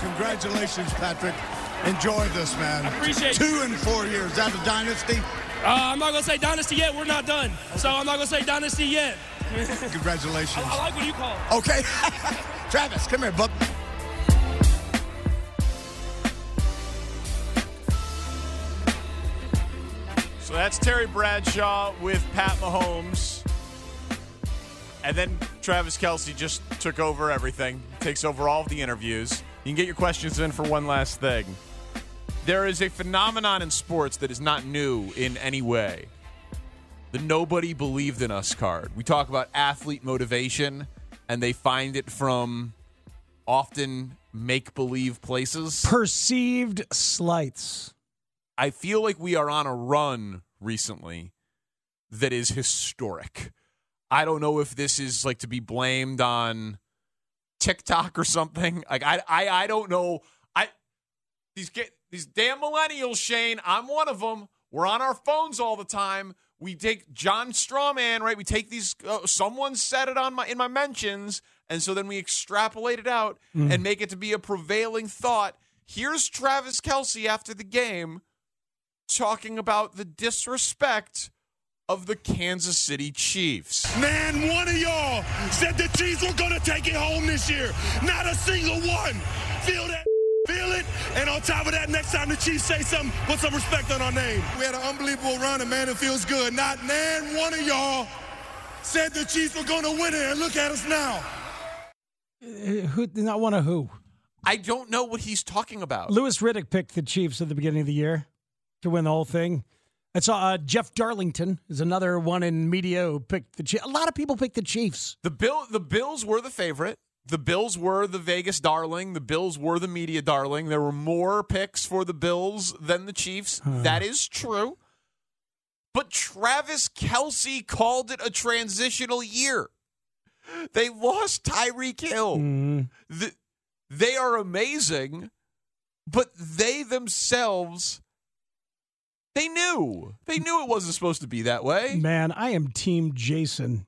Congratulations, Patrick. Enjoy this, man. Appreciate Two and four years. That a dynasty? Uh, I'm not gonna say dynasty yet. We're not done, so I'm not gonna say dynasty yet. Congratulations. I like what you call. it. Okay. Travis, come here, bub. So that's Terry Bradshaw with Pat Mahomes. And then Travis Kelsey just took over everything, takes over all of the interviews. You can get your questions in for one last thing. There is a phenomenon in sports that is not new in any way the nobody believed in us card. We talk about athlete motivation, and they find it from often make believe places. Perceived slights. I feel like we are on a run recently that is historic. I don't know if this is like to be blamed on TikTok or something. Like I I I don't know. I these get these damn millennials, Shane. I'm one of them. We're on our phones all the time. We take John Strawman, right? We take these. Uh, someone said it on my in my mentions, and so then we extrapolate it out and make it to be a prevailing thought. Here's Travis Kelsey after the game talking about the disrespect of the Kansas City Chiefs. Man, one of y'all said the Chiefs were going to take it home this year. Not a single one. Feel that. Feel it. And on top of that, next time the Chiefs say something, put some respect on our name. We had an unbelievable run, and man, it feels good. Not man, one of y'all said the Chiefs were going to win it. And look at us now. Uh, Who not one of who? I don't know what he's talking about. Lewis Riddick picked the Chiefs at the beginning of the year to win the whole thing. I saw uh, Jeff Darlington is another one in media who picked the Chiefs. A lot of people picked the Chiefs. The bill the Bills were the favorite. The Bills were the Vegas darling. The Bills were the media darling. There were more picks for the Bills than the Chiefs. That is true. But Travis Kelsey called it a transitional year. They lost Tyreek Hill. Th- they are amazing, but they themselves they knew. They knew it wasn't supposed to be that way. Man, I am Team Jason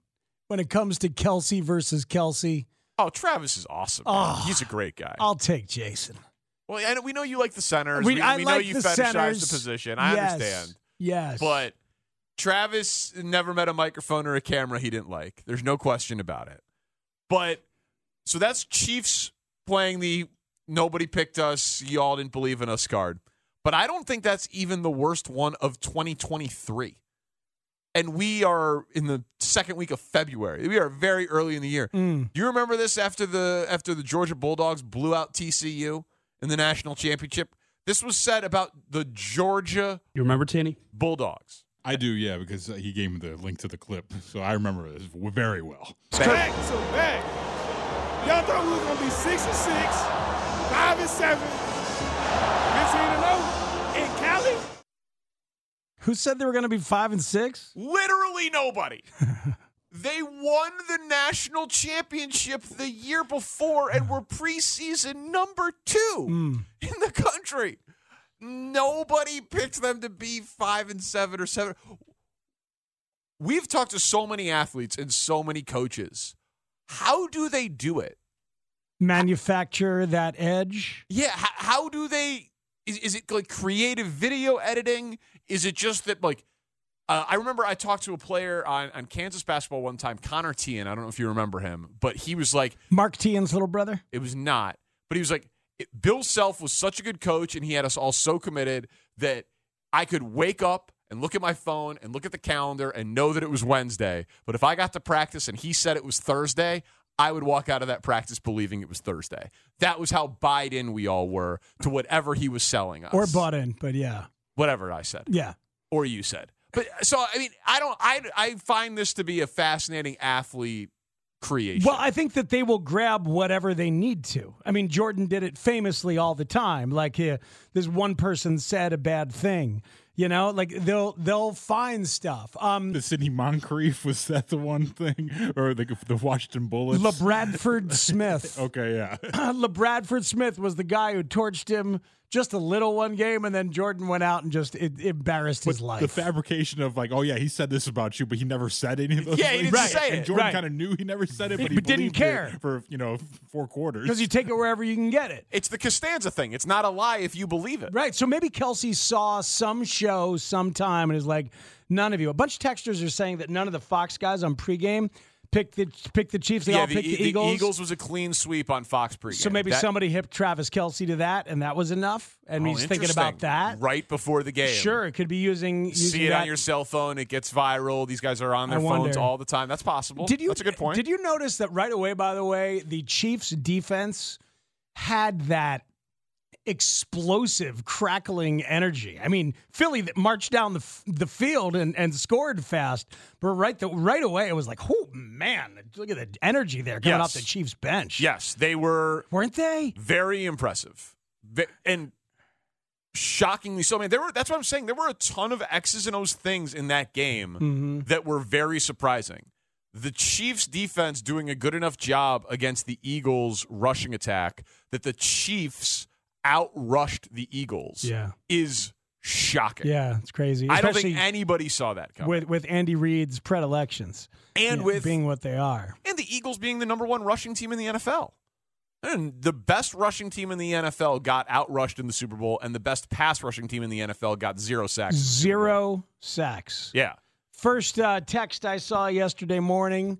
when it comes to Kelsey versus Kelsey. Oh, Travis is awesome. man. Oh. He's a great guy. I'll take Jason. Well, I know, we know you like the centers. We, We- we, I know like you the fetishize centers. the position. I Yes. understand. Yes, But Travis never met a microphone or a camera he didn't like. There's no question about it. But so that's Chiefs playing the nobody picked us, y'all didn't believe in us card. But I don't think that's even the worst one of 2023. And we are in the second week of February. We are very early in the year. Do you remember this after the after the Georgia Bulldogs blew out TCU in the national championship? This was said about the Georgia You remember Tanny? Bulldogs. I do, yeah, because uh, he gave me the link to the clip, so I remember this w- very well. Back to back. Y'all thought we was gonna be six and six, five and seven, 15 and 0 in Cali. who said they were going to be five and six? Literally nobody. they won the national championship the year before and were preseason number two in the country. Nobody picked them to be five and seven or seven. We've talked to so many athletes and so many coaches. How do they do it? Manufacture that edge. Yeah, how, how do they? Is, is it like creative video editing? Is it just that like? Uh, I remember I talked to a player on, on Kansas basketball one time, Connor Tian. I don't know if you remember him, but he was like, Mark Tian's little brother. it was not. But he was like, it, Bill Self was such a good coach, and he had us all so committed that I could wake up and look at my phone and look at the calendar and know that it was Wednesday. But if I got to practice and he said it was Thursday, I would walk out of that practice believing it was Thursday. That was how buyed in we all were to whatever he was selling us, Or bought in, but yeah, whatever I said yeah. or you said. But so I mean, I don't. I I find this to be a fascinating athlete creation. Well, I think that they will grab whatever they need to. I mean, Jordan did it famously all the time. Like uh, this one person said a bad thing, you know, like they'll they'll find stuff. Um, The Sidney Moncrief was that the one thing, or the the Washington Bullets? LeBradford Smith. Uh, okay, yeah. LeBradford Smith was the guy who torched him just a little one game, and then Jordan went out and just it, embarrassed his life. The fabrication of like, oh yeah, he said this about you, but he never said any of those. Yeah, he things. didn't Right. say And it. Jordan Right. kind of knew he never said it, but he But didn't believed it care. for you know four quarters. Because you take it wherever you can get it. It's the Costanza thing. It's not a lie if you believe it. Right. So maybe Kelsey saw some show sometime and is like, none of you. A bunch of texters are saying that none of the Fox guys on pregame picked the picked the Chiefs. They all the, picked the, E- the Eagles. was a clean sweep on Fox pregame. So maybe That- somebody hipped Travis Kelsey to that, and that was enough. And Oh, he's thinking interesting. about that. right before the game. Sure, it could be using, using See it that. on your cell phone. It gets viral. These guys are on their I phones wonder. all the time. That's possible. Did you? That's a good point. Did you notice that right away? By the way, the Chiefs' defense had that explosive, crackling energy. I mean, Philly that marched down the f- the field and, and scored fast, but right the right away it was like, oh man, look at the energy there coming Yes. off the Chiefs' bench. Yes, they were weren't they? very impressive, Ve- and shockingly so. I mean, there were. That's what I'm saying. There were a ton of X's and O's things in that game Mm-hmm. that were very surprising. The Chiefs' defense doing a good enough job against the Eagles' rushing attack that the Chiefs outrushed the Eagles. Yeah. is shocking. Yeah, it's crazy. I don't Especially think anybody saw that coming. with with Andy Reid's predilections and you know, with being what they are. and the Eagles being the number one rushing team in the NFL. And the best rushing team in the NFL got outrushed in the Super Bowl, and the best pass rushing team in the NFL got zero sacks. in the Super Bowl. Zero sacks. Yeah. First uh, text I saw yesterday morning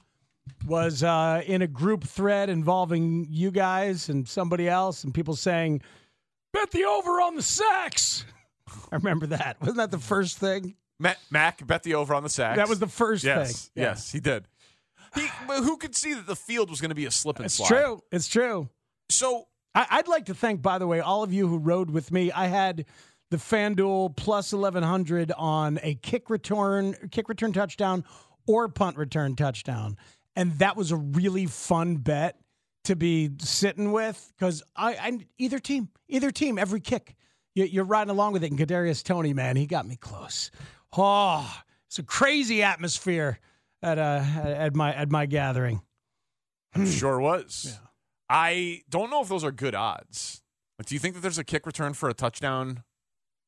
was uh, in a group thread involving you guys and somebody else, and people saying, "Bet the over on the sacks." I remember that. Wasn't that the first thing? Mac, Mac bet the over on the sacks. That was the first yes, thing. Yeah. Yes, he did. He, but who could see that the field was going to be a slip and It's slide? true. It's true. So I- I'd like to thank, by the way, all of you who rode with me. I had the FanDuel plus eleven hundred on a kick return, kick return touchdown, or punt return touchdown, and that was a really fun bet to be sitting with because I, I either team, either team, every kick, you, you're riding along with it. And Kadarius Tony, man, he got me close. Oh, it's a crazy atmosphere at uh at my at my gathering. sure was. I don't know if those are good odds. But do you think that there's a kick return for a touchdown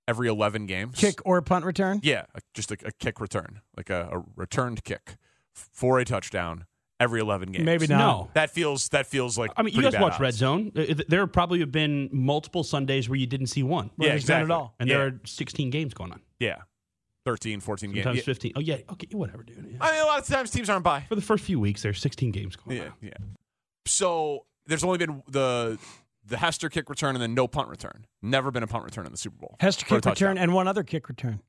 every 11 games? Kick or punt return? Yeah, a- just a, a kick return, like a, a returned kick f- for a touchdown every eleven games. Maybe not. No. That feels that feels like. I mean, you pretty guys bad watch odds. Red Zone. Uh, th- There probably have been multiple Sundays where you didn't see one. Yeah, there's none at exactly. all. And yeah, there are 16 games going on. yeah, 13, 14 Sometimes games. Yeah. 15. Oh, yeah. Okay. Whatever, dude. Yeah. I mean, a lot of times teams aren't by. For the first few weeks, there's 16 games going Yeah, on. yeah. So there's only been the the Hester kick return and then no punt return. Never been a punt return in the Super Bowl. Hester for a kick return touchdown. and one other kick return.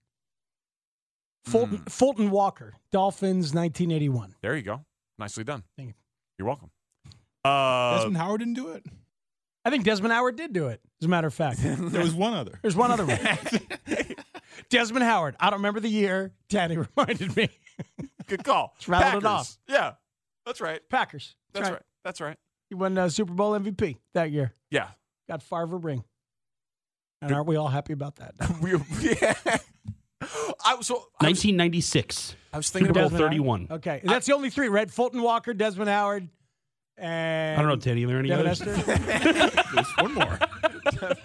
Fulton, Hmm. Fulton Walker, Dolphins, 1981. there you go. Nicely done. Thank you. You're welcome. Uh, Desmond Howard didn't do it. I think Desmond Howard did do it. As a matter of fact, There was one other. there's one other one. Desmond Howard. I don't remember the year. Danny reminded me. good call. Just rattled it Packers. off. Yeah, that's right. Packers. That's right. That's right. He won uh, Super Bowl MVP that year. Yeah. Got Farver ring. And aren't we all happy about that? We, yeah. I was so I was, 1996. I was thinking Super Bowl about Desmond Howard? 31. Okay, that's the only three, right? Fulton Walker, Desmond Howard, and I don't know, Teddy. Are there any Devin others? Hester. There's one more.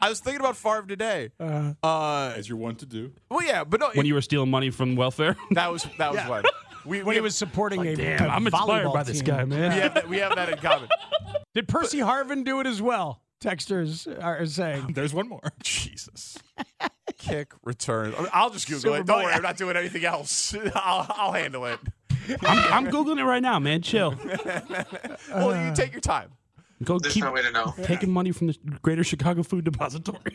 I was thinking about Favre today. Uh, Uh, As you're one to do. well, yeah, but no, When you were stealing money from welfare? that was that was Yeah. one. We, when we he was supporting a Damn, a I'm inspired volleyball by this team. guy, man. we have that, we have that in common. Did Percy Harvin do it as well? Texters are saying. There's one more. Jesus, kick return. I mean, I'll just Google Super it. Bowl. Don't worry, I'm not doing anything else. I'll, I'll handle it. I'm, I'm Googling it right now, man. Chill. Uh-huh. Well, you take your time. Go There's keep no way to know. taking money from the Greater Chicago Food Depository.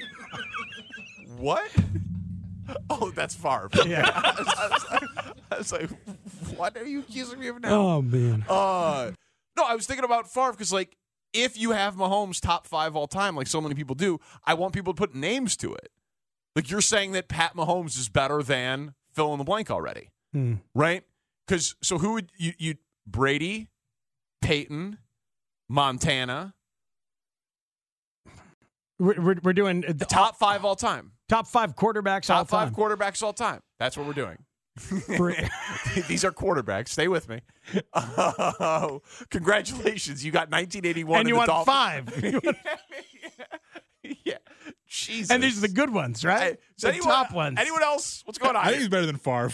What? Oh, that's Favre. Yeah. I, was, I was- I was like, what are you accusing me of now? oh, man. Uh, no, I was thinking about Favre because, like, if you have Mahomes top five all time, like so many people do, I want people to put names to it. Like you're saying that Pat Mahomes is better than fill in the blank already, Hmm. right? Because so who would you you Brady, Peyton, Montana, We're, we're, we're doing the top, top five all time, top five quarterbacks all top five time. quarterbacks all time. That's what we're doing. Bra- These are quarterbacks. Stay with me. Oh, congratulations! You got 1981 in and you the want Dolphins. five. yeah. Jesus. And these are the good ones, right? Hey, is the anyone- top ones. Anyone else? What's going on? I think here? he's better than Favre.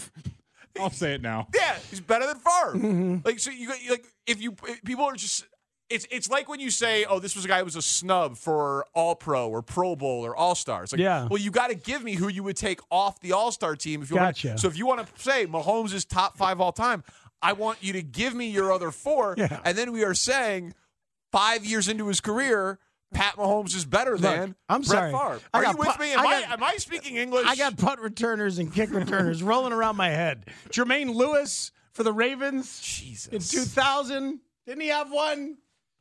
I'll say it now. Yeah, he's better than Favre. Mm-hmm. Like so, you got- you- like if you if people are just it's it's like when you say, oh, this was a guy who was a snub for All Pro or Pro Bowl or All Stars. Like, Yeah. Well, you got to give me who you would take off the All Star team if you Gotcha. want. So if you want to say Mahomes is top five all time, I want you to give me your other four, Yeah. and then we are saying five years into his career. Pat Mahomes is better than I'm Brett sorry. Favre. I Are got you with pu- me? Am I I, got- am I speaking English? I got punt returners and kick returners rolling around my head. Jermaine Lewis for the Ravens Jesus. in 2000. Didn't he have one?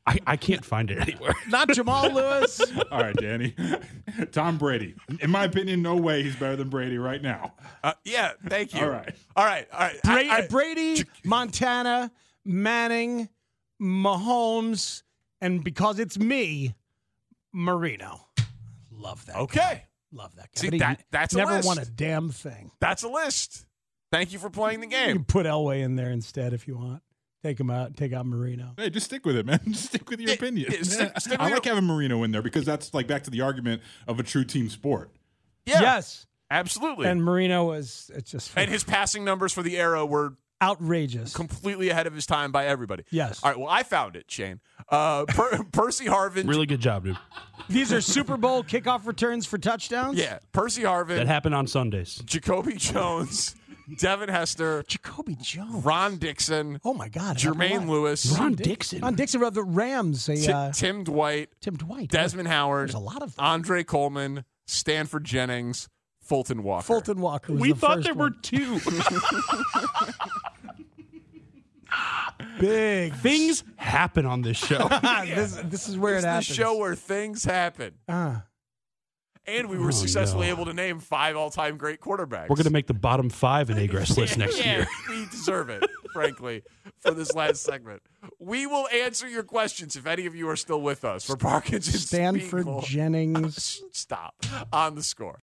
I, I can't find it anywhere. Not Jamal Lewis. All right, Danny. Tom Brady. In my opinion, no way he's better than Brady right now. Uh, yeah, thank you. All right. All right. All right. Bra- uh, I- I- Brady, Montana, Manning, Mahomes, and because it's me, Marino. Love that. guy. okay. Love that guy. See, But he that- that's a never list. won a damn thing. That's a list. Thank you for playing the You can game. put Elway in there instead if you want. Take him out. Take out Marino. Hey, just stick with it, man. Just stick with your Yeah, opinion. yeah, stick- stick I with like your- having Marino in there because that's like back to the argument of a true team sport. Yeah. Yes. Absolutely. And And, Marino was it's just his passing numbers for the era were outrageous. completely ahead of his time by everybody. Yes. All right. Well, I found it, Shane. Uh, per- Percy Harvin. Really good job, dude. These are Super Bowl kickoff returns for touchdowns. Yeah. Percy That Harvin, happened on Sundays. Jacoby Jones, Devin Hester, Jacoby Jones. Ron Dixon, Oh my God. Jermaine Lewis. Lewis, Ron Dixon. On Dixon of the Rams. A, Ti- uh, Tim Dwight, Tim Dwight. Desmond Howard, There's a lot of Andre Coleman, Stanford Jennings, Fulton Walker. Fulton Walker. was we the thought first there one. were two. big Ah, Things happen on this show. this, this is where It's it the happens. show where things happen. Ah. And we were successfully able to name five all-time great quarterbacks. Oh, We're going to make the bottom five in Agress list next Yeah, year. we deserve it, frankly, for this last segment. We will answer your questions if any of you are still with us for Parkinson's. Stanford Spiegel. Jennings. Stop on the score.